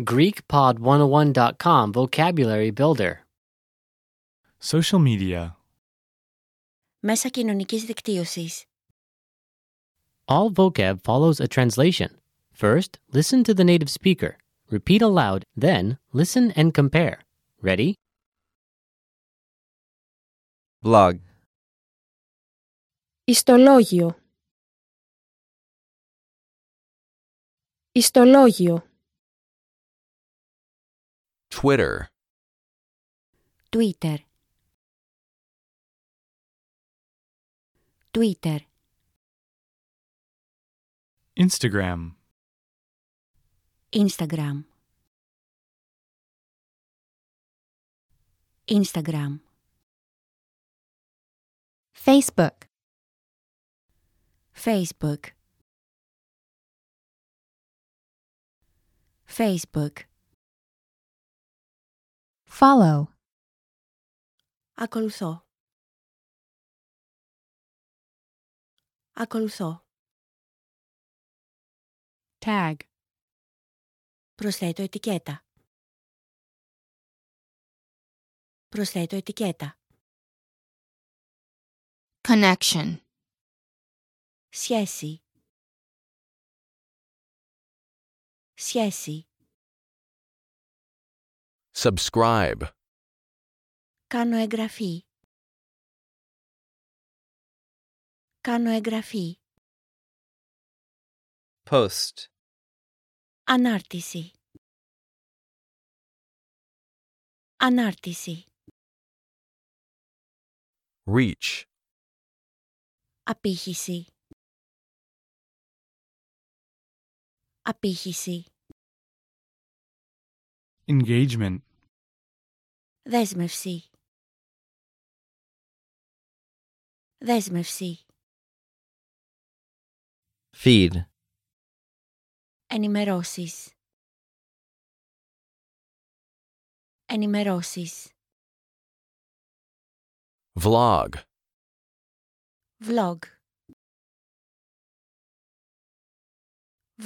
GreekPod101.com Vocabulary Builder. Social media. Μέσα κοινωνικής δικτύωσης. All vocab follows a translation. First, listen to the native speaker. Repeat aloud, then, listen and compare. Ready? blog, Ιστολόγιο. Ιστολόγιο. Twitter, Twitter. Twitter. Instagram. Instagram. Instagram. Facebook, Facebook. Facebook. follow, Ακολουθώ. Ακολουθώ. tag, Προσθέτω ετικέτα. Προσθέτω ετικέτα. connection, Σχέση. Σχέση. subscribe, Κάνω εγγραφή. Κάνω εγγραφή. post, Ανάρτηση. Ανάρτηση. reach, Απήχηση. Απήχηση. Engagement. Δέσμευση. Δέσμευση. feed, Ενημερώσεις. Ενημερώσεις. vlog, Vlog.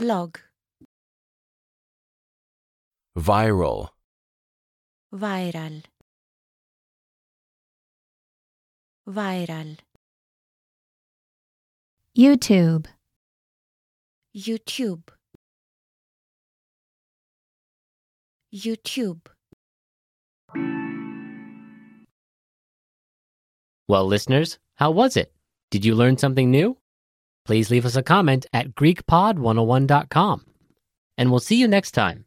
Vlog. viral, Viral. Viral. YouTube, YouTube. YouTube. Well, listeners, how was it? Did you learn something new? oh Please leave us a comment at GreekPod101.com. And we'll see you next time.